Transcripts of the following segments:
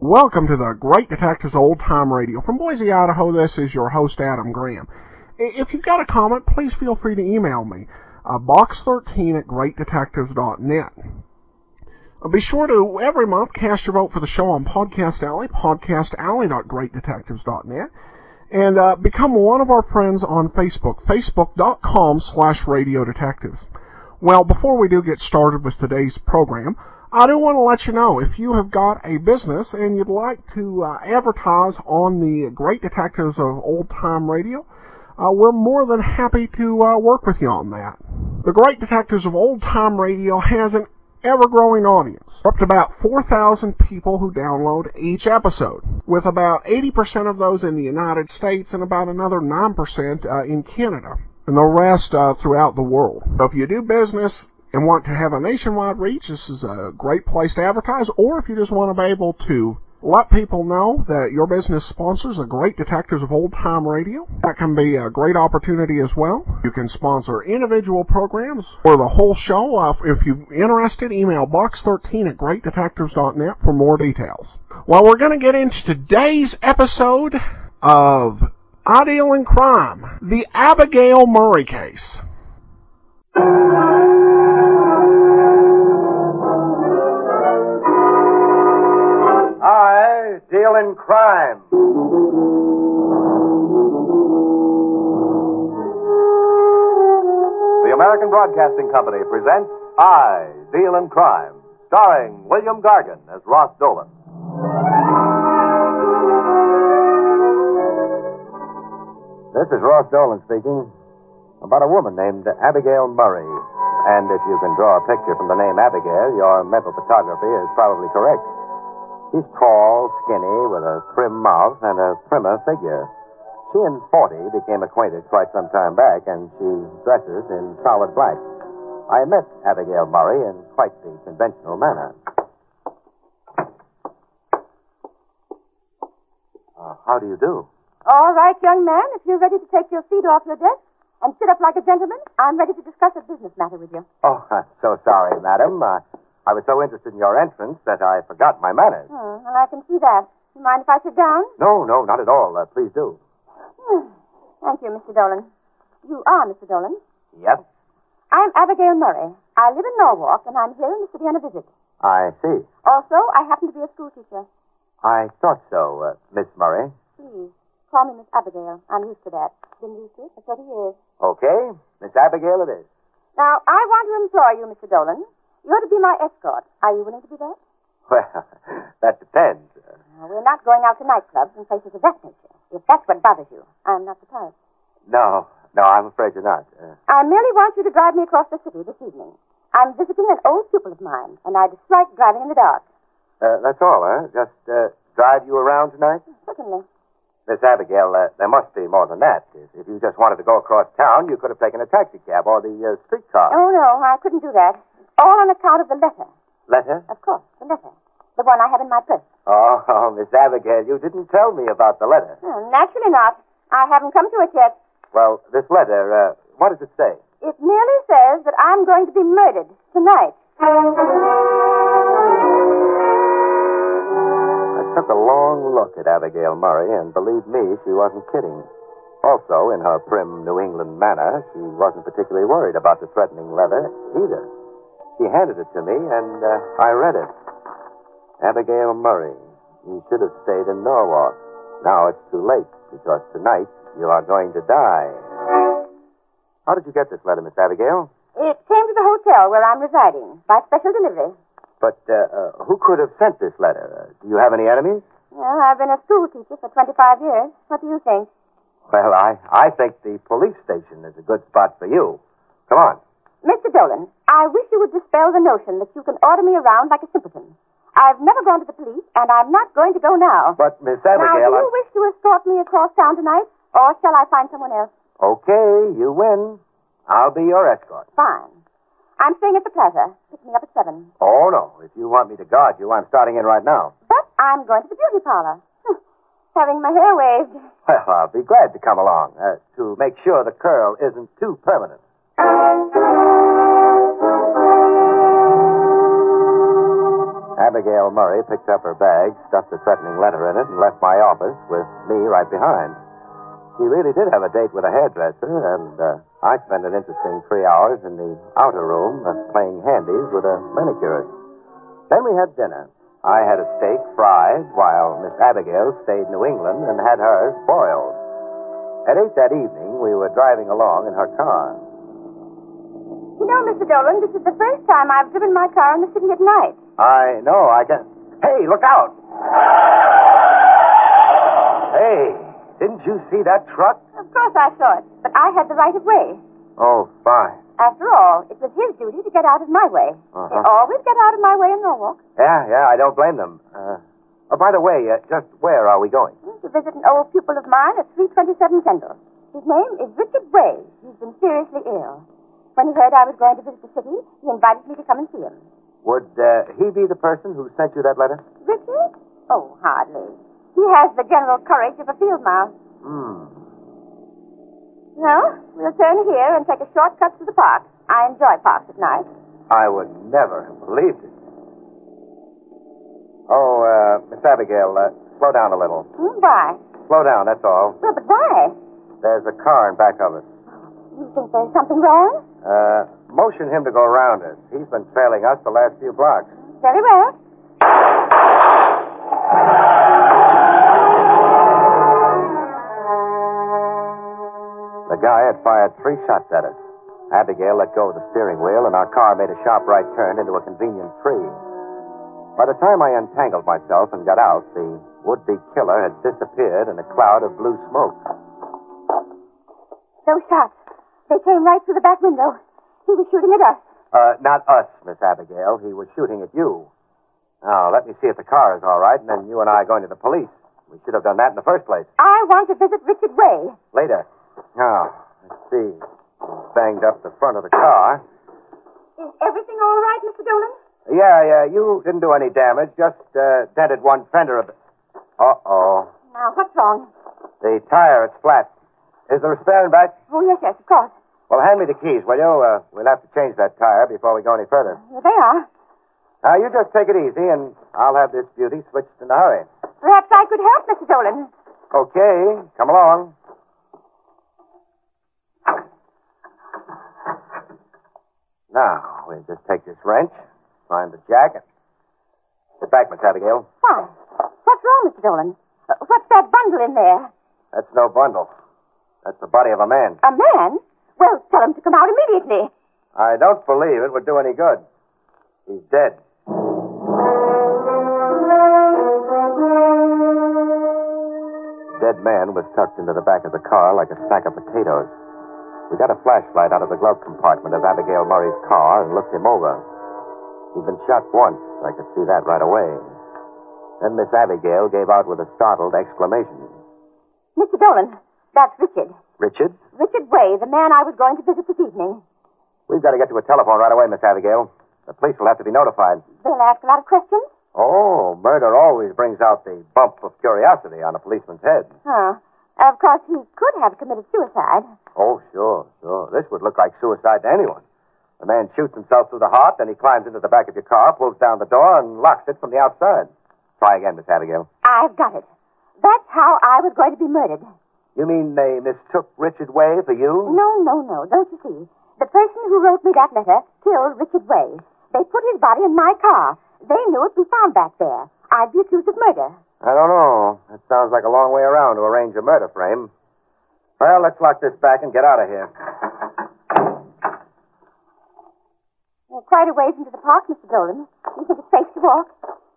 Welcome to the Great Detectives Old Time Radio. From Boise, Idaho, this is your host, Adam Graham. I- If you've got a comment, please feel free to email me, uh, box13 at greatdetectives.net. Uh, Be sure to, every month, cast your vote for the show on Podcast Alley, podcastalley.greatdetectives.net, and uh, become one of our friends on Facebook, facebook.com slash radio detectives. Well, before we do get started with today's program, I do want to let you know if you have got a business and you'd like to uh, advertise on the Great Detectives of Old Time Radio, uh, we're more than happy to uh, work with you on that. The Great Detectives of Old Time Radio has an ever growing audience, up to about 4,000 people who download each episode, with about 80% of those in the United States and about another 9% uh, in Canada, and the rest uh, throughout the world. So if you do business and want to have a nationwide reach, this is a great place to advertise, or if you just want to be able to let people know that your business sponsors the great detectives of old time radio. That can be a great opportunity as well. You can sponsor individual programs or the whole show. Uh, if you're interested, email box13 at greatdetectives.net for more details. Well, we're going to get into today's episode of Ideal in Crime, the Abigail Murray case. I deal in crime. The American Broadcasting Company presents I Deal in Crime, starring William Gargan as Ross Dolan. This is Ross Dolan speaking about a woman named Abigail Murray. And if you can draw a picture from the name Abigail, your mental photography is probably correct. She's tall, skinny, with a prim mouth and a primmer figure. She and 40 became acquainted quite some time back, and she dresses in solid black. I met Abigail Murray in quite the conventional manner. Uh, how do you do? All right, young man, if you're ready to take your feet off your desk and sit up like a gentleman, I'm ready to discuss a business matter with you. Oh, I'm so sorry, madam. Uh, I was so interested in your entrance that I forgot my manners. Hmm, well, I can see that. You mind if I sit down? No, no, not at all. Uh, please do. Hmm. Thank you, Mr. Dolan. You are Mr. Dolan. Yes, I'm Abigail Murray. I live in Norwalk, and I'm here in the city on a visit. I see. Also, I happen to be a school teacher. I thought so, uh, Miss Murray. Please, call me Miss Abigail. I'm used to that. Been used to it for 30 years. Okay, Miss Abigail it is. Now, I want to employ you, Mr. Dolan. You're to be my escort. Are you willing to be that? Well, that depends. Now, Uh, we're not going out to nightclubs and places of that nature. If that's what bothers you, I'm not the type. No, no, I'm afraid you're not. Uh, I merely want you to drive me across the city this evening. I'm visiting an old pupil of mine, and I dislike driving in the dark. uh, that's all, huh? Just uh, drive you around tonight? Certainly. Miss Abigail, uh, there must be more than that. If, if you just wanted to go across town, you could have taken a taxi cab or the uh, streetcar. Oh, no, I couldn't do that. All on account of the letter. Letter? Of course, the letter. The one I have in my purse. Oh, oh, Miss Abigail, you didn't tell me about the letter. Oh, naturally not. I haven't come to it yet. Well, this letter, uh, what does it say? It merely says that I'm going to be murdered tonight. I took a long look at Abigail Murray, and believe me, she wasn't kidding. Also, in her prim New England manner, she wasn't particularly worried about the threatening letter either. She handed it to me, and uh, I read it. Abigail Murray, you should have stayed in Norwalk. Now it's too late, because tonight you are going to die. How did you get this letter, Miss Abigail? It came to the hotel where I'm residing by special delivery. But uh, uh, who could have sent this letter? Uh, do you have any enemies? Well, I've been a school teacher for 25 years. What do you think? Well, I, I think the police station is a good spot for you. Come on. Mr. Dolan, I wish you would dispel the notion that you can order me around like a simpleton. I've never gone to the police, and I'm not going to go now. But, Miss now, do Abigail, you I... wish to escort me across town tonight, or shall I find someone else? Okay, you win. I'll be your escort. Fine. I'm staying at the plaza. Pick me up at seven. Oh, no. If you want me to guard you, I'm starting in right now. But I'm going to the beauty parlor. Hm, Having my hair waved. Well, I'll be glad to come along uh, to make sure the curl isn't too permanent. Abigail Murray picked up her bag, stuffed a threatening letter in it, and left my office with me right behind. She really did have a date with a hairdresser, and uh, I spent an interesting three hours in the outer room uh, playing handies with a manicurist. Then we had dinner. I had a steak fried, while Miss Abigail stayed New England and had hers boiled. At eight that evening, we were driving along in her car. You know, Mr. Dolan, this is the first time I've driven my car in the city at night. I know, I can. Hey, look out! Hey, didn't you see that truck? Of course I saw it, but I had the right of way. Oh, fine. After all, it was his duty to get out of my way. Uh-huh. They always get out of my way in Norwalk Yeah, yeah, I don't blame them. Uh, oh, by the way, uh, just where are we going? hmm, to visit an old pupil of mine at 327 Kendall. His name is Richard Way. He's been seriously ill. When he heard I was going to visit the city, he invited me to come and see him. Would uh, he be the person who sent you that letter? Richard? Oh, hardly. He has the general courage of a field mouse. Hmm. No, we'll turn here and take a shortcut to the park. I enjoy parks at night. I would never have believed it. Oh, uh, Miss Abigail, uh, slow down a little. Hmm, why? Slow down, that's all. Well, but why? There's a car in back of us. You think there's something wrong? Uh, motion him to go around us. He's been trailing us the last few blocks. Very well. The guy had fired three shots at us. Abigail let go of the steering wheel, and our car made a sharp right turn into a convenient tree. By the time I untangled myself and got out, the would be killer had disappeared in a cloud of blue smoke. Those shots. They came right through the back window. He was shooting at us. Uh, not us, Miss Abigail. He was shooting at you. Now, let me see if the car is all right, and then you and I are going to the police. We should have done that in the first place. I want to visit Richard Way. Later. Now, let's see. Banged up the front of the car. Is everything all right, Mr. Dolan? Yeah, yeah, you didn't do any damage. Just uh, dented one fender of the. Uh oh. Now, what's wrong? The tire, it's flat. Is there a spare in back? Oh, yes, yes, of course. Well, hand me the keys, will you? Uh, we'll have to change that tire before we go any further. Here they are. Now, you just take it easy, and I'll have this beauty switched in a hurry. Perhaps I could help, Mr. Dolan. Okay, come along. Now, we'll just take this wrench, find the jacket. Get back, Miss Abigail. Why? What's wrong, Mr. Dolan? Uh, what's that bundle in there? That's no bundle. That's the body of a man. A man? Well, tell him to come out immediately. I don't believe it would do any good. He's dead. Dead man was tucked into the back of the car like a sack of potatoes. We got a flashlight out of the glove compartment of Abigail Murray's car and looked him over. He'd been shot once. I could see that right away. Then Miss Abigail gave out with a startled exclamation. Mr. Dolan, that's Richard. Richard? Richard Way, the man I was going to visit this evening. We've got to get to a telephone right away, Miss Abigail. The police will have to be notified. They'll ask a lot of questions. Oh, murder always brings out the bump of curiosity on a policeman's head. Oh. Of course, he could have committed suicide. Oh, sure, sure. This would look like suicide to anyone. The man shoots himself through the heart, then he climbs into the back of your car, pulls down the door, and locks it from the outside. Try again, Miss Abigail. I've got it. That's how I was going to be murdered. You mean they mistook Richard Way for you? No, no, no. Don't you see? The person who wrote me that letter killed Richard Way. They put his body in my car. They knew it'd be found back there. I'd be accused of murder. I don't know. That sounds like a long way around to arrange a murder frame. Well, let's lock this back and get out of here. We're quite a ways into the park, Mr. Dolan. You think it's safe to walk?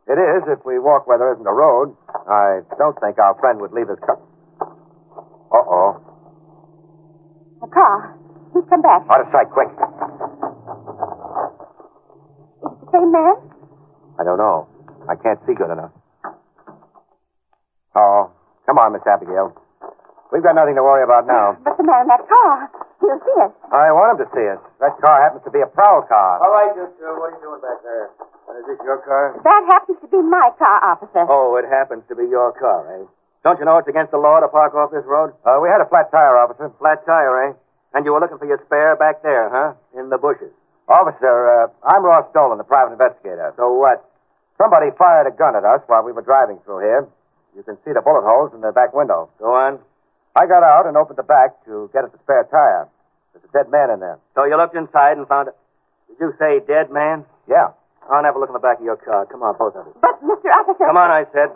It is if we walk where there isn't a road. I don't think our friend would leave his car. Uh oh. The car. He's come back. Out of sight, quick. Is it the same man? I don't know. I can't see good enough. Oh, come on, Miss Abigail. We've got nothing to worry about now. But the man in that car, he'll see us. I want him to see us. That car happens to be a prowl car. All right, just uh, what are you doing back there? Uh, Is this your car? That happens to be my car, officer. Oh, it happens to be your car, eh? Don't you know it's against the law to park off this road? Uh, we had a flat tire, officer. Flat tire, eh? And you were looking for your spare back there, huh? In the bushes. Officer, uh, I'm Ross Dolan, the private investigator. So what? Somebody fired a gun at us while we were driving through here. You can see the bullet holes in the back window. Go on. I got out and opened the back to get at the spare tire. There's a dead man in there. So you looked inside and found a. Did you say dead man? Yeah. I'll never look in the back of your car. Come on, both of you. But, Mr. Officer. Come on, I said.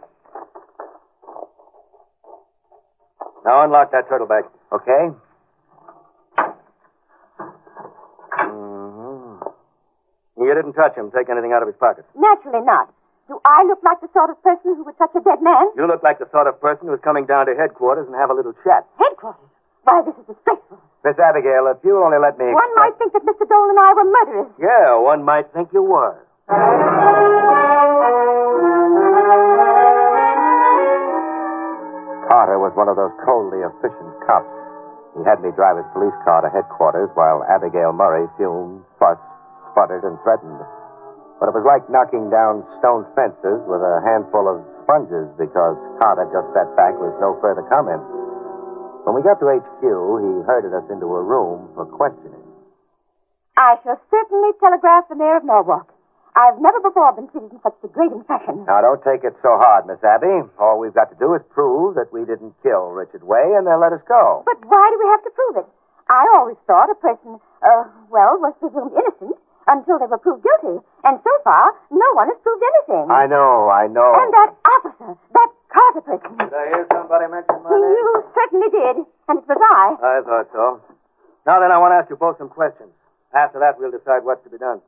Now unlock that turtle bag. Okay. Mm-hmm. You didn't touch him, take anything out of his pocket. Naturally not. Do I look like the sort of person who would touch a dead man? You look like the sort of person who's coming down to headquarters and have a little chat. Headquarters. Why, this is disgraceful. Miss Abigail, if you'll only let me. One might think that Mr. Dolan and I were murderers. Yeah, one might think you was. Carter was one of those coldly efficient cops. He had me drive his police car to headquarters while Abigail Murray fumed, fussed, sputtered, and threatened. But it was like knocking down stone fences with a handful of sponges because Carter just sat back with no further comment. When we got to HQ, he herded us into a room for questioning. I shall certainly telegraph the mayor of Norwalk. I've never before been treated in such degrading fashion. Now, don't take it so hard, Miss Abby. All we've got to do is prove that we didn't kill Richard Way, and they'll let us go. But why do we have to prove it? I always thought a person, uh, well, was presumed innocent until they were proved guilty. And so far, no one has proved anything. I know, I know. And uh, that officer, that Carter person. Did I hear somebody mention my name? You certainly did. And it was I I. thought so. Now then, I want to ask you both some questions. After that, we'll decide what's to be done.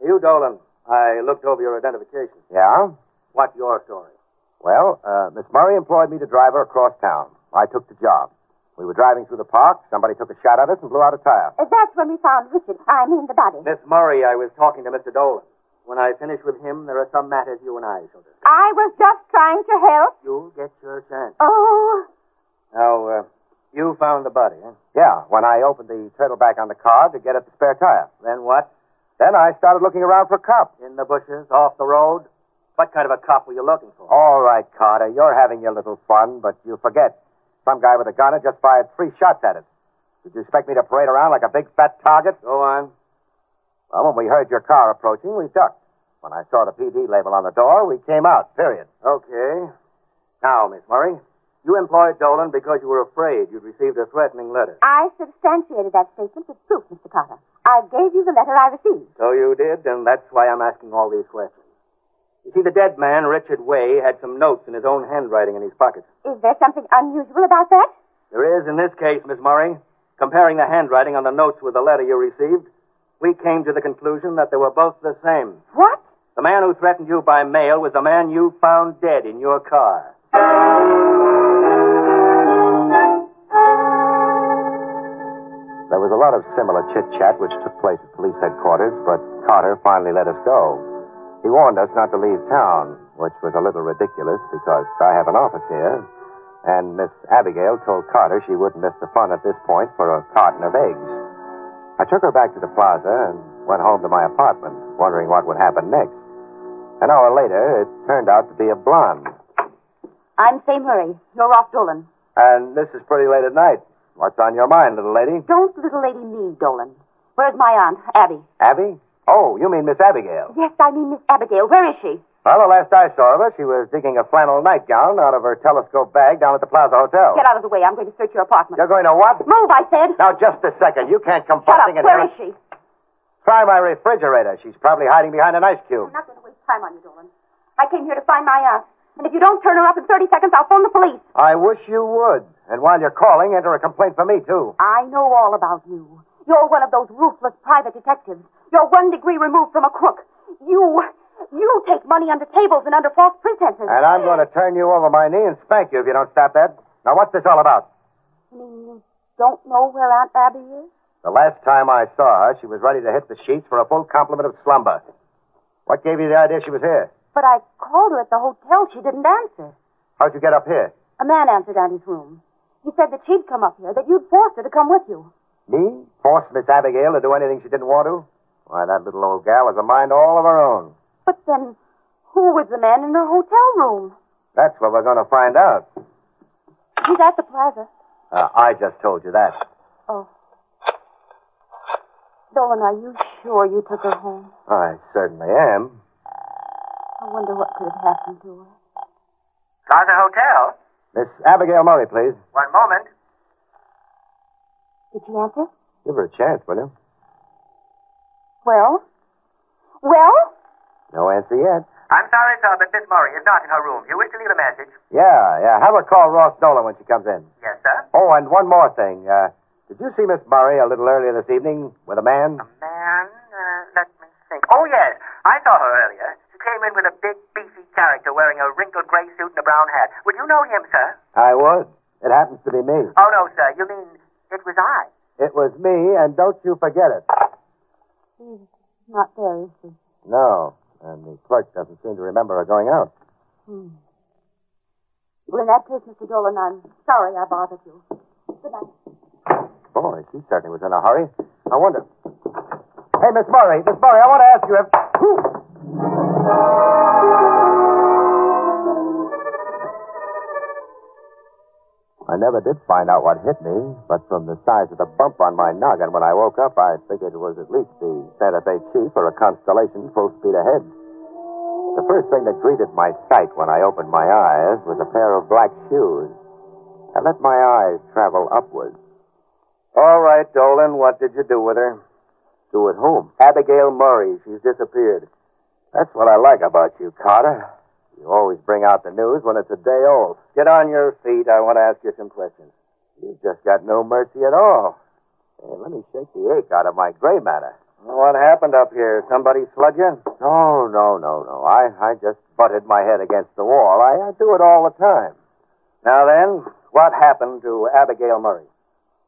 You, Dolan, I looked over your identification. Yeah? What's your story? Well, uh, Miss Murray employed me to drive her across town. I took the job. We were driving through the park. Somebody took a shot at us and blew out a tire. Uh, That's when we found Richard. I mean, the body. Miss Murray, I was talking to Mr. Dolan. When I finish with him, there are some matters you and I shall discuss. I was just trying to help. You'll get your chance. Oh, Now, uh, you found the body, eh? Yeah, when I opened the turtle back on the car to get at the spare tire. Then what? Then I started looking around for a cop. In the bushes, off the road? What kind of a cop were you looking for? All right, Carter, you're having your little fun, but you forget. Some guy with a gun had just fired three shots at us. Did you expect me to parade around like a big fat target? Go on. Well, when we heard your car approaching, we ducked. When I saw the PD label on the door, we came out, period. Okay. Now, Miss Murray, you employed Dolan because you were afraid you'd received a threatening letter. I substantiated that statement with proof, Mr. Carter. I gave you the letter I received. So you did, and that's why I'm asking all these questions. You see, the dead man, Richard Way, had some notes in his own handwriting in his pocket. Is there something unusual about that? There is in this case, Miss Murray. Comparing the handwriting on the notes with the letter you received, we came to the conclusion that they were both the same. What? The man who threatened you by mail was the man you found dead in your car. There was a lot of similar chit chat which took place at police headquarters, but Carter finally let us go. He warned us not to leave town, which was a little ridiculous because I have an office here. And Miss Abigail told Carter she wouldn't miss the fun at this point for a carton of eggs. I took her back to the plaza and went home to my apartment, wondering what would happen next. An hour later, it turned out to be a blonde. I'm Fay Murray. You're Ross Dolan. And this is pretty late at night. What's on your mind, little lady? Don't little lady me, Dolan. Where's my aunt, Abby? Abby? Oh, you mean Miss Abigail. Yes, I mean Miss Abigail. Where is she? Well, the last I saw of her, she was digging a flannel nightgown out of her telescope bag down at the Plaza Hotel. Get out of the way. I'm going to search your apartment. You're going to what? Move, I said. Now, just a second. You can't come Shut up. busting in Where here. is she? Try my refrigerator. She's probably hiding behind an ice cube. I'm not going to waste time on you, Dolan. I came here to find my aunt. And if you don't turn her up in 30 seconds, I'll phone the police. I wish you would. And while you're calling, enter a complaint for me, too. I know all about you. You're one of those ruthless private detectives. You're one degree removed from a crook. You, you take money under tables and under false pretenses. And I'm going to turn you over my knee and spank you if you don't stop that. Now, what's this all about? You mean you don't know where Aunt Abby is? The last time I saw her, she was ready to hit the sheets for a full complement of slumber. What gave you the idea she was here? But I called her at the hotel. She didn't answer. How'd you get up here? A man answered Annie's room. He said that she'd come up here, that you'd forced her to come with you. Me? Forced Miss Abigail to do anything she didn't want to? Why, that little old gal has a mind all of her own. But then, who was the man in her hotel room? That's what we're going to find out. He's at the plaza. Uh, I just told you that. Oh. Dolan, are you sure you took her home? I certainly am. I wonder what could have happened to her. Plaza Hotel. Miss Abigail Murray, please. One moment. Did she answer? Give her a chance, will you? Well? Well? No answer yet. I'm sorry, sir, but Miss Murray is not in her room. You wish to leave a message? Yeah, yeah. Have her call Ross Dolan when she comes in. Yes, sir. Oh, and one more thing. Uh, did you see Miss Murray a little earlier this evening with a man? A man? Uh, let me think. Oh, yes. I saw her earlier. She came in with a big, beefy character wearing a wrinkled gray suit and a brown hat. Would you know him, sir? I would. It happens to be me. Oh, no, sir. You mean it was I. It was me, and don't you forget it. He's not there, is he? No, and the clerk doesn't seem to remember her going out. Hmm. Well, in that case, Mr. Dolan, I'm sorry I bothered you. Good night. Boy, she certainly was in a hurry. I wonder. Hey, Miss Murray, Miss Murray, I want to ask you if. I never did find out what hit me, but from the size of the bump on my noggin when I woke up, I figured it was at least the Santa Fe Chief or a Constellation full speed ahead. The first thing that greeted my sight when I opened my eyes was a pair of black shoes. I let my eyes travel upwards. All right, Dolan, what did you do with her? To with whom? Abigail Murray. She's disappeared. That's what I like about you, Carter. You always bring out the news when it's a day old. Get on your feet. I want to ask you some questions. You've just got no mercy at all. Hey, let me shake the ache out of my gray matter. What happened up here? Somebody slug you? No, no, no, no. I, I just butted my head against the wall. I, I do it all the time. Now then, what happened to Abigail Murray?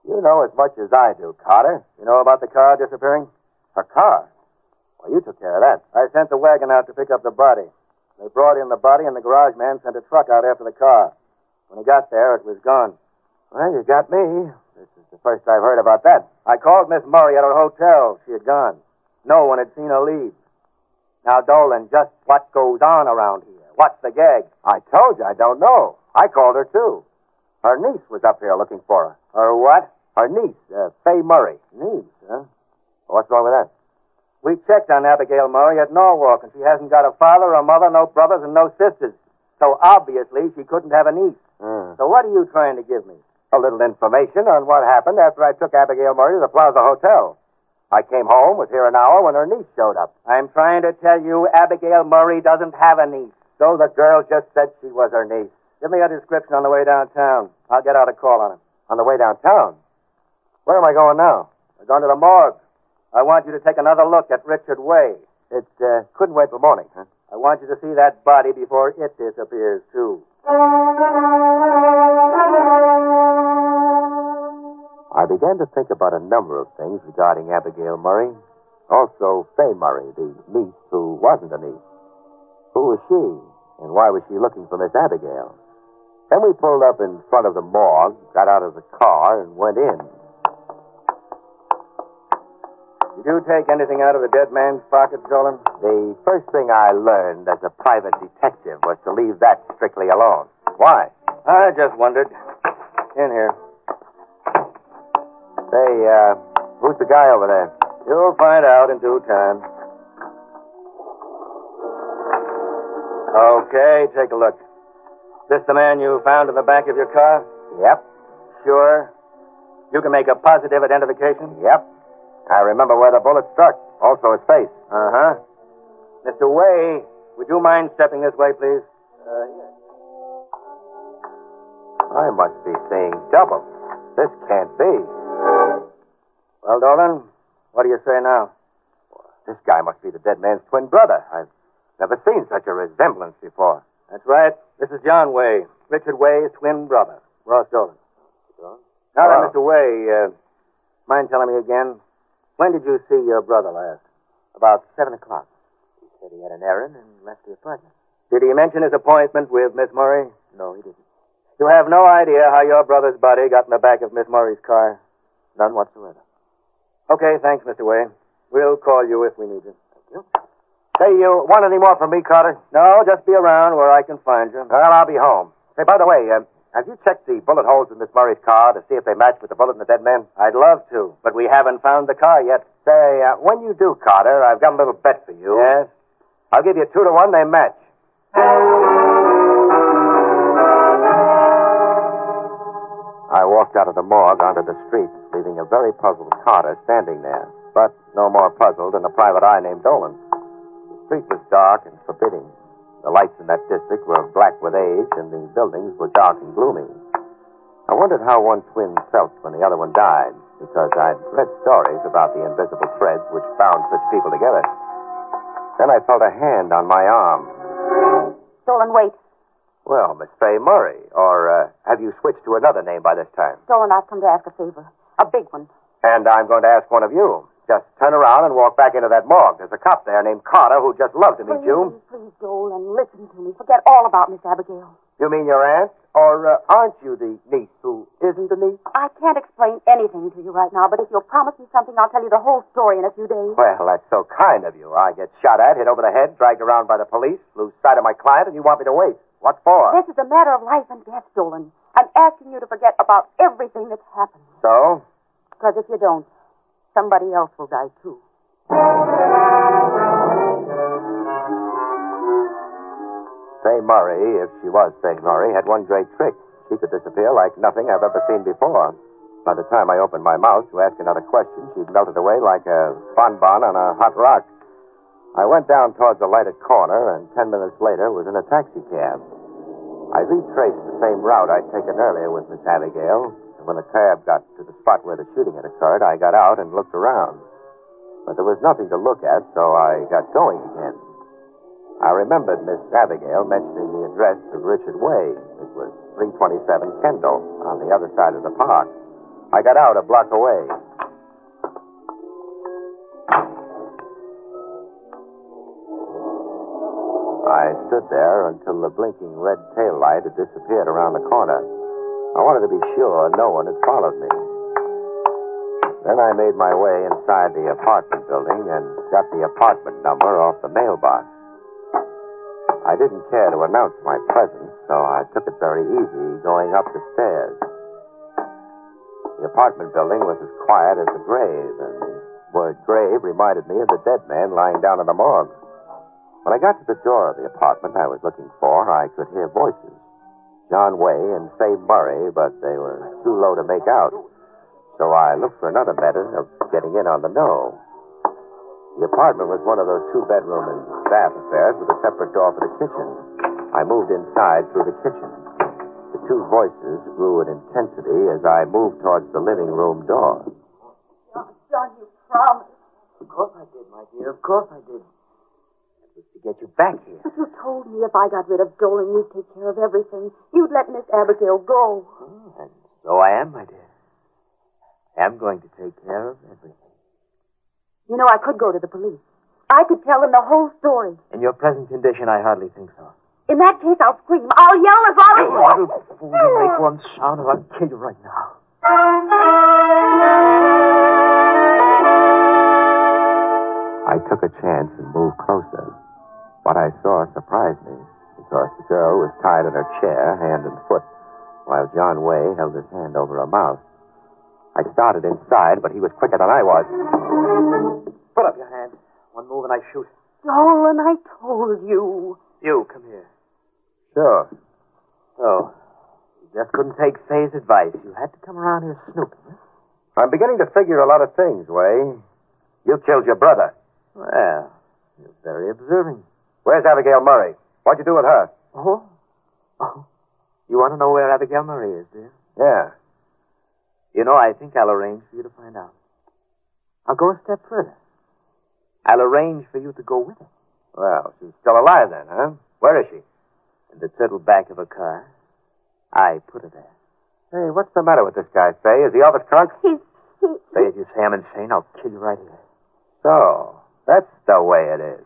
You know as much as I do, Carter. You know about the car disappearing? A car? Well, you took care of that. I sent the wagon out to pick up the body. They brought in the body, and the garage man sent a truck out after the car. When he got there, it was gone. Well, you got me. This is the first I've heard about that. I called Miss Murray at her hotel. She had gone. No one had seen her leave. Now, Dolan, just what goes on around here? What's the gag? I told you, I don't know. I called her, too. Her niece was up here looking for her. Or what? Her niece, uh, Fay Murray. Niece, huh? What's wrong with that? We checked on Abigail Murray at Norwalk, and she hasn't got a father, a mother, no brothers, and no sisters. So obviously she couldn't have a niece. Hmm. So what are you trying to give me? A little information on what happened after I took Abigail Murray to the Plaza Hotel. I came home, was here an hour when her niece showed up. I'm trying to tell you Abigail Murray doesn't have a niece. So the girl just said she was her niece. Give me a description on the way downtown. I'll get out a call on him. On the way downtown. Where am I going now? We're going to the morgue. I want you to take another look at Richard Way. It uh, couldn't wait till morning, huh? I want you to see that body before it disappears, too. I began to think about a number of things regarding Abigail Murray. Also, Fay Murray, the niece who wasn't a niece. Who was she, and why was she looking for Miss Abigail? Then we pulled up in front of the morgue, got out of the car, and went in. Did you take anything out of the dead man's pocket, Dolan? The first thing I learned as a private detective was to leave that strictly alone. Why? I just wondered. In here. Say, uh, who's the guy over there? You'll find out in due time. Okay, take a look. This the man you found in the back of your car? Yep, Sure. You can make a positive identification? yep. I remember where the bullet struck. Also his face. Uh huh. Mr. Way, would you mind stepping this way, please? Uh, I must be seeing double. This can't be. Well, Dolan, what do you say now? This guy must be the dead man's twin brother. I've never seen such a resemblance before. That's right. This is John Way, Richard Way's twin brother, Ross Dolan. Now then, Wow. Mr. Way, uh, mind telling me again, when did you see your brother last? About seven o'clock. He said he had an errand and left the apartment. Did he mention his appointment with Miss Murray? No, he didn't. You have no idea how your brother's body got in the back of Miss Murray's car? None whatsoever. Okay, thanks, Mr. Way. We'll call you if we need you. Thank you. Say, you want any more from me, Carter? No, just be around where I can find you. Well, I'll be home. Say, by the way, uh, have you checked the bullet holes in Miss Murray's car to see if they match with the bullet in the dead man? I'd love to, but we haven't found the car yet. Say, uh, when you do, Carter, I've got a little bet for you. Yes? I'll give you two to one. They match. I walked out of the morgue onto the street, leaving a very puzzled Carter standing there, but no more puzzled than a private eye named Dolan. The street was dark and forbidding. The lights in that district were black with age, and the buildings were dark and gloomy. I wondered how one twin felt when the other one died, because I'd read stories about the invisible threads which bound such people together. Then I felt a hand on my arm. Dolan, wait. Well, Miss Fay Murray, or uh, have you switched to another name by this time? Dolan, I've come to ask a favor. A big one. And I'm going to ask one of you. Just turn around and walk back into that morgue. There's a cop there named Carter who'd just love to meet you. Please, please, Dolan, listen to me. Forget all about Miss Abigail. You mean your aunt? Or uh, aren't you the niece who isn't a niece? I can't explain anything to you right now, but if you'll promise me something, I'll tell you the whole story in a few days. Well, that's so kind of you. I get shot at, hit over the head, dragged around by the police, lose sight of my client, and you want me to wait. What for? This is a matter of life and death, Dolan. I'm asking you to forget about everything that's happened. So? Because if you don't, somebody else will die, too. Fay Murray, if she was Fay Murray, had one great trick. She could disappear like nothing I've ever seen before. By the time I opened my mouth to ask another question, she'd melted away like a bonbon on a hot rock. I went down towards the lighted corner, and ten minutes later was in a taxi cab. I retraced the same route I'd taken earlier with Miss Abigail, and when the cab got to the spot where the shooting had occurred, I got out and looked around. But there was nothing to look at, so I got going again. I remembered Miss Abigail mentioning the address of Richard Way. It was 327 Kendall, on the other side of the park. I got out a block away. I stood there until the blinking red tail light had disappeared around the corner. I wanted to be sure no one had followed me. Then I made my way inside the apartment building and got the apartment number off the mailbox. I didn't care to announce my presence, so I took it very easy going up the stairs. The apartment building was as quiet as a grave, and the word grave reminded me of the dead man lying down in the morgue. When I got to the door of the apartment I was looking for, I could hear voices. John Way and Fay Murray, but they were too low to make out. So I looked for another method of getting in on the know. The apartment was one of those two bedroom and bath affairs with a separate door for the kitchen. I moved inside through the kitchen. The two voices grew in intensity as I moved towards the living room door. John, John, you promised. Of course I did, my dear. Of course I did. That was to get you back here. But you told me if I got rid of Dolan, you'd take care of everything. You'd let Miss Abigail go. Oh, And so I am, my dear. I am going to take care of everything. You know, I could go to the police. I could tell them the whole story. In your present condition, I hardly think so. In that case, I'll scream. I'll yell as loud You as little fool, you make one sound or I'll kill you right now. I took a chance and moved closer. What I saw surprised me, because the girl was tied in her chair, hand and foot, while John Way held his hand over her mouth. I started inside, but he was quicker than I was. Put up your hand. One move and I shoot. Dolan, I told you. You, come here. Sure. Oh, you just couldn't take Faye's advice. You had to come around here snooping. huh? I'm beginning to figure a lot of things, Way. You killed your brother. Well, you're very observing. Where's Abigail Murray? What'd you do with her? Oh? Oh. You want to know where Abigail Murray is, dear? Yeah. You know, I think I'll arrange for you to find out. I'll go a step further. I'll arrange for you to go with her. Well, she's still alive then, huh? Where is she? In the turtle back of a car, I put her there. Hey, what's the matter with this guy, Fay? Is he off his crunk? He's, he, Say, if you say I'm insane, I'll kill you right here. So, that's the way it is.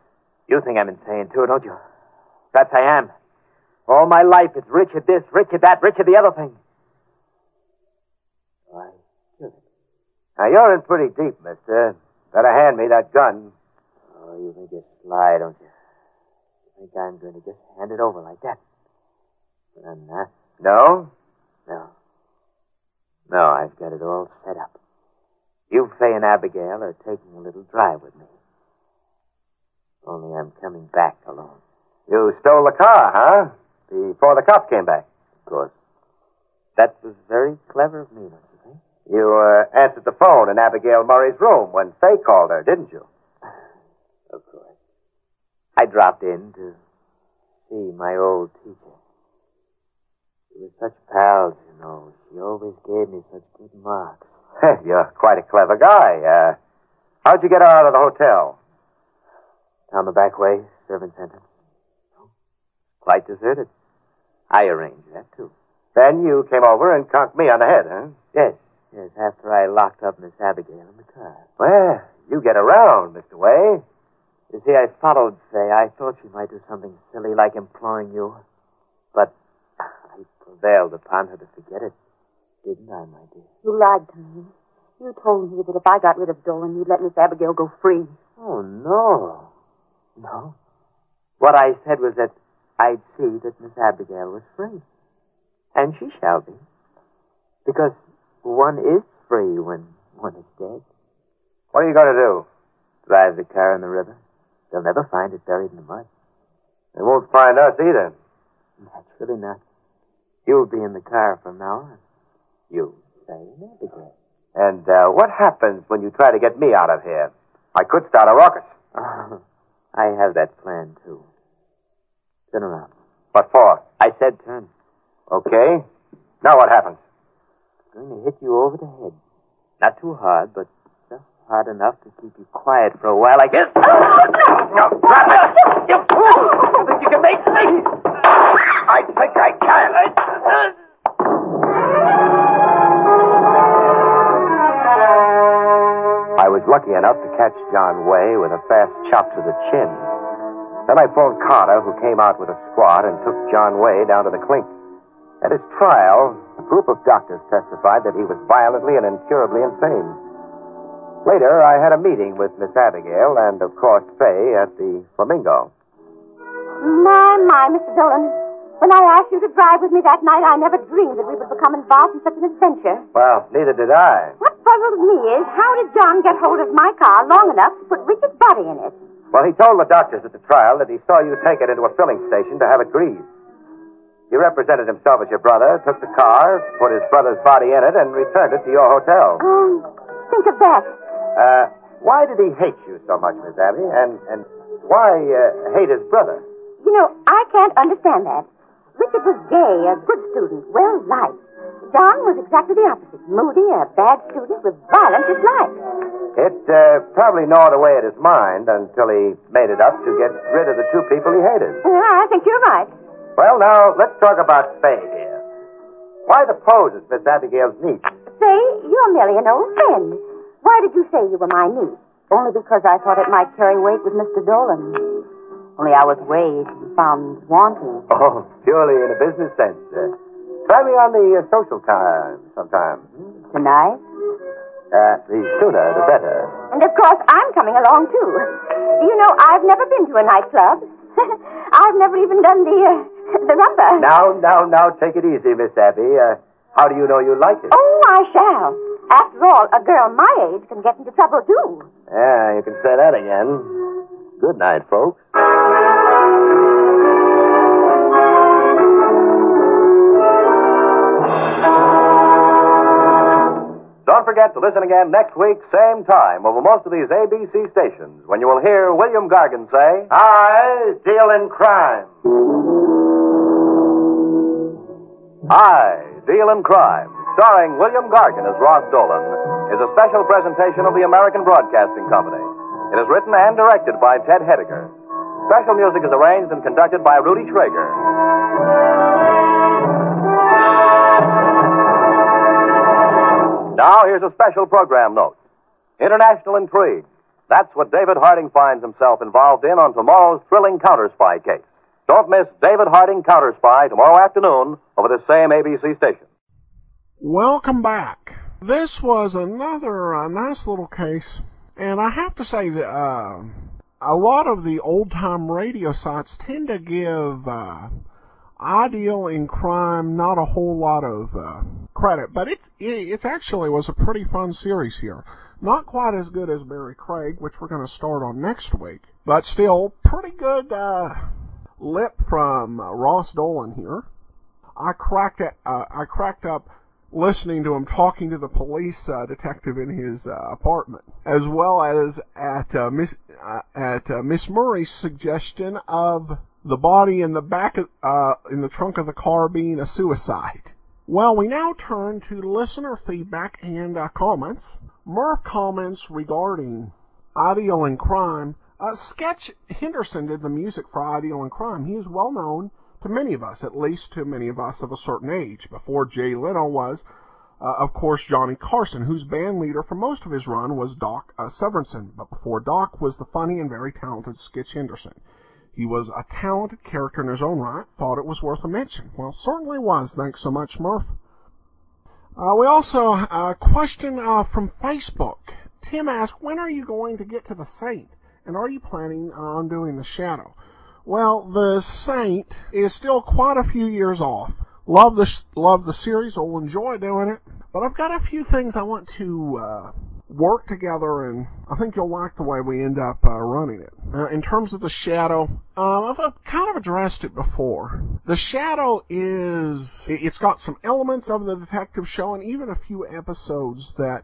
You think I'm insane, too, don't you? That's I am. All my life, it's rich at this, rich at that, rich at the other thing. Why, sure. Now, you're in pretty deep, mister. Better hand me that gun. Oh, you think it's sly, don't you? You think I'm going to just hand it over like that? But I'm not. No? No. No, I've got it all set up. You, Fay, and Abigail are taking a little drive with me. Only I'm coming back alone. You stole the car, huh? Before the cops came back. Of course. That was very clever of me, don't you think? You uh, answered the phone in Abigail Murray's room when Fay called her, didn't you? Of course. I dropped in to see my old teacher. We were such pals, you know. She always gave me such good marks. You're quite a clever guy. Uh, how'd you get her out of the hotel? Down the back way, servants entered. Oh, Quite deserted. I arranged that, too. Then you came over and conked me on the head, huh? Yes, yes, after I locked up Miss Abigail in the car. Well, you get around, Mr. Way. You see, I followed Fay. I thought she might do something silly like employing you. But I prevailed upon her to forget it. Didn't I, my dear? You lied to me. You told me that if I got rid of Dolan, you'd let Miss Abigail go free. Oh, no. No. What I said was that I'd see that Miss Abigail was free. And she shall be. Because one is free when one is dead. What are you going to do? Drive the car in the river. They'll never find it buried in the mud. They won't find us either. Naturally not. You'll be in the car from now on. You say Abigail. And uh, what happens when you try to get me out of here? I could start a rocket. Oh, I have that plan, too. Turn around. What for? I said turn. Okay. Now what happens? I'm going to hit you over the head. Not too hard, but just hard enough to keep you quiet for a while. Like this. No, drop it! You fool! You think you can make me? I think I can. I- I was lucky enough to catch John Way with a fast chop to the chin. Then I phoned Carter, who came out with a squad and took John Way down to the clink. At his trial, a group of doctors testified that he was violently and incurably insane. Later, I had a meeting with Miss Abigail and, of course, Fay at the Flamingo. My, my, Mr. Dolan. When I asked you to drive with me that night, I never dreamed that we would become involved in such an adventure. Well, neither did I. What puzzles me is how did John get hold of my car long enough to put Richard's body in it? Well, he told the doctors at the trial that he saw you take it into a filling station to have it greased. He represented himself as your brother, took the car, put his brother's body in it, and returned it to your hotel. Um, think of that. Uh, why did he hate you so much, Miss Abbey? And, and why uh, hate his brother? You know, I can't understand that. Richard was gay, a good student, well liked. John was exactly the opposite moody, a bad student with violent dislike. It uh, probably gnawed away at his mind until he made it up to get rid of the two people he hated. Well, Ah, I think you're right. Well, now, let's talk about Fay here. Why the pose as Miss Abigail's niece? Say, you're merely an old friend. Why did you say you were my niece? Only because I thought it might carry weight with Mr. Dolan. Only I was weighed and found wanting. Oh, purely in a business sense. Uh, try me on the uh, social time sometime. Tonight? Uh, the sooner, the better. And of course, I'm coming along too. You know, I've never been to a nightclub. I've never even done the uh, the rumba. Now, now, now, take it easy, Miss Abbey. Uh, how do you know you like it? Oh, I shall. After all, a girl my age can get into trouble too. Yeah, you can say that again. Good night, folks. Don't forget to listen again next week, same time, over most of these ABC stations, when you will hear William Gargan say, I deal in crime. I Deal in Crime, starring William Gargan as Ross Dolan, is a special presentation of the American Broadcasting Company. It is written and directed by Ted Hediger. Special music is arranged and conducted by Rudy Schrager. Now, here's a special program note International Intrigue. That's what David Harding finds himself involved in on tomorrow's thrilling counterspy case. Don't miss David Harding Counter Spy tomorrow afternoon over the same ABC station. Welcome back. This was another uh, nice little case, and I have to say that uh, a lot of the old time radio sites tend to give uh, ideal in crime not a whole lot of uh, credit, but it, it it actually was a pretty fun series here. Not quite as good as Barry Craig, which we're going to start on next week, but still pretty good uh, lip from uh, Ross Dolan here. I cracked it, uh, I cracked up listening to him talking to the police uh, detective in his uh, apartment, as well as at uh, Miss uh, at uh, Miss Murray's suggestion of the body in the back of, uh, in the trunk of the car being a suicide. Well, we now turn to listener feedback and uh, comments. Murph comments regarding Ideal and Crime. Uh, Sketch Henderson did the music for Ideal and Crime. He is well known to many of us, at least to many of us of a certain age. Before Jay Leno was, uh, of course, Johnny Carson, whose band leader for most of his run was Doc uh, Severinsen. But before Doc was the funny and very talented Sketch Henderson. He was a talented character in his own right. Thought it was worth a mention. Well, certainly was. Thanks so much, Murph. Uh, we also a question uh, from Facebook. Tim asked, "When are you going to get to the Saint, and are you planning on doing the Shadow?" Well, the Saint is still quite a few years off. Love the love the series. I'll enjoy doing it, but I've got a few things I want to uh, work together, and I think you'll like the way we end up uh, running it. Uh, in terms of the shadow, um, I've, I've kind of addressed it before. The shadow is it- it's got some elements of the detective show, and even a few episodes that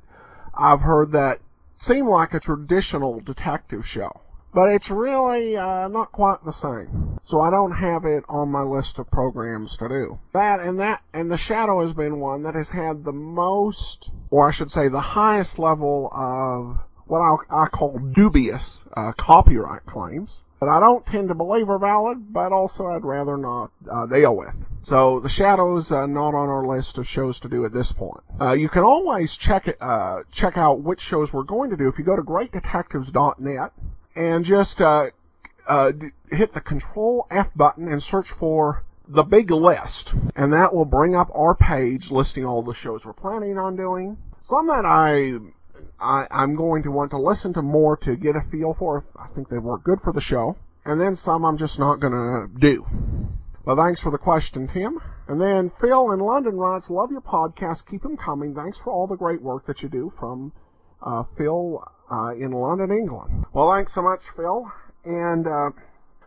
I've heard that seem like a traditional detective show. But it's really uh, not quite the same, so I don't have it on my list of programs to do. That and that and the Shadow has been one that has had the most, or I should say, the highest level of what I, I call dubious uh, copyright claims that I don't tend to believe are valid, but also I'd rather not uh, deal with. So the Shadow's uh, not on our list of shows to do at this point. Uh, you can always check it, uh, check out which shows we're going to do if you go to greatdetectives.net and just uh, uh, d- hit the Control F button and search for the big list, and that will bring up our page listing all the shows we're planning on doing. Some that I, I I'm going to want to listen to more to get a feel for if I think they were good for the show, and then some I'm just not gonna do. Well, thanks for the question, Tim. And then Phil in London writes, "Love your podcast. Keep them coming. Thanks for all the great work that you do." From uh, Phil uh, in London, England. Well, thanks so much, Phil. And uh,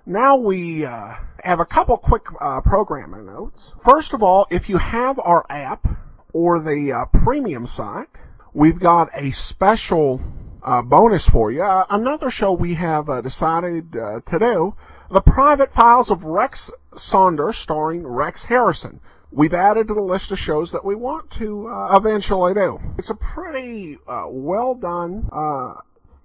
now we uh, have a couple quick uh, programming notes. First of all, if you have our app or the uh, premium site, we've got a special uh, bonus for you. Uh, another show we have uh, decided uh, to do The Private Files of Rex Saunders, starring Rex Harrison. We've added to the list of shows that we want to uh, eventually do. It's a pretty uh, well done, uh,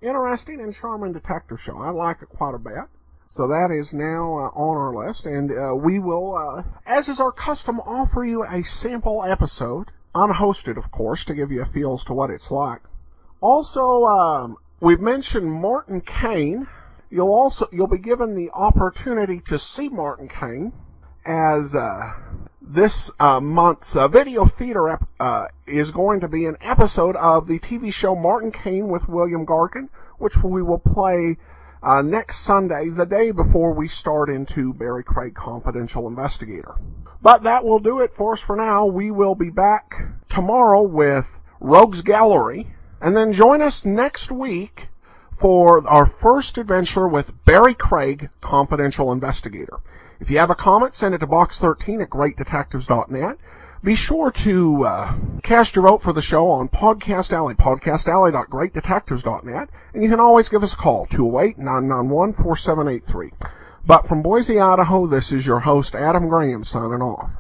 interesting, and charming detective show. I like it quite a bit. So that is now uh, on our list, and uh, we will, uh, as is our custom, offer you a sample episode, unhosted, of course, to give you a feel as to what it's like. Also, um, we've mentioned Martin Kane. You'll also you'll be given the opportunity to see Martin Kane as uh, this uh, month's uh, video theater ep- uh, is going to be an episode of the TV show Martin Kane with William Garkin, which we will play uh, next Sunday, the day before we start into Barry Craig Confidential Investigator. But that will do it for us for now. We will be back tomorrow with Rogues Gallery, and then join us next week for our first adventure with Barry Craig, Confidential Investigator. If you have a comment, send it to box13 at greatdetectives.net. Be sure to uh, cast your vote for the show on Podcast Alley, podcastalley.greatdetectives.net, and you can always give us a call, 208-991-4783. But from Boise, Idaho, this is your host, Adam Graham, signing off.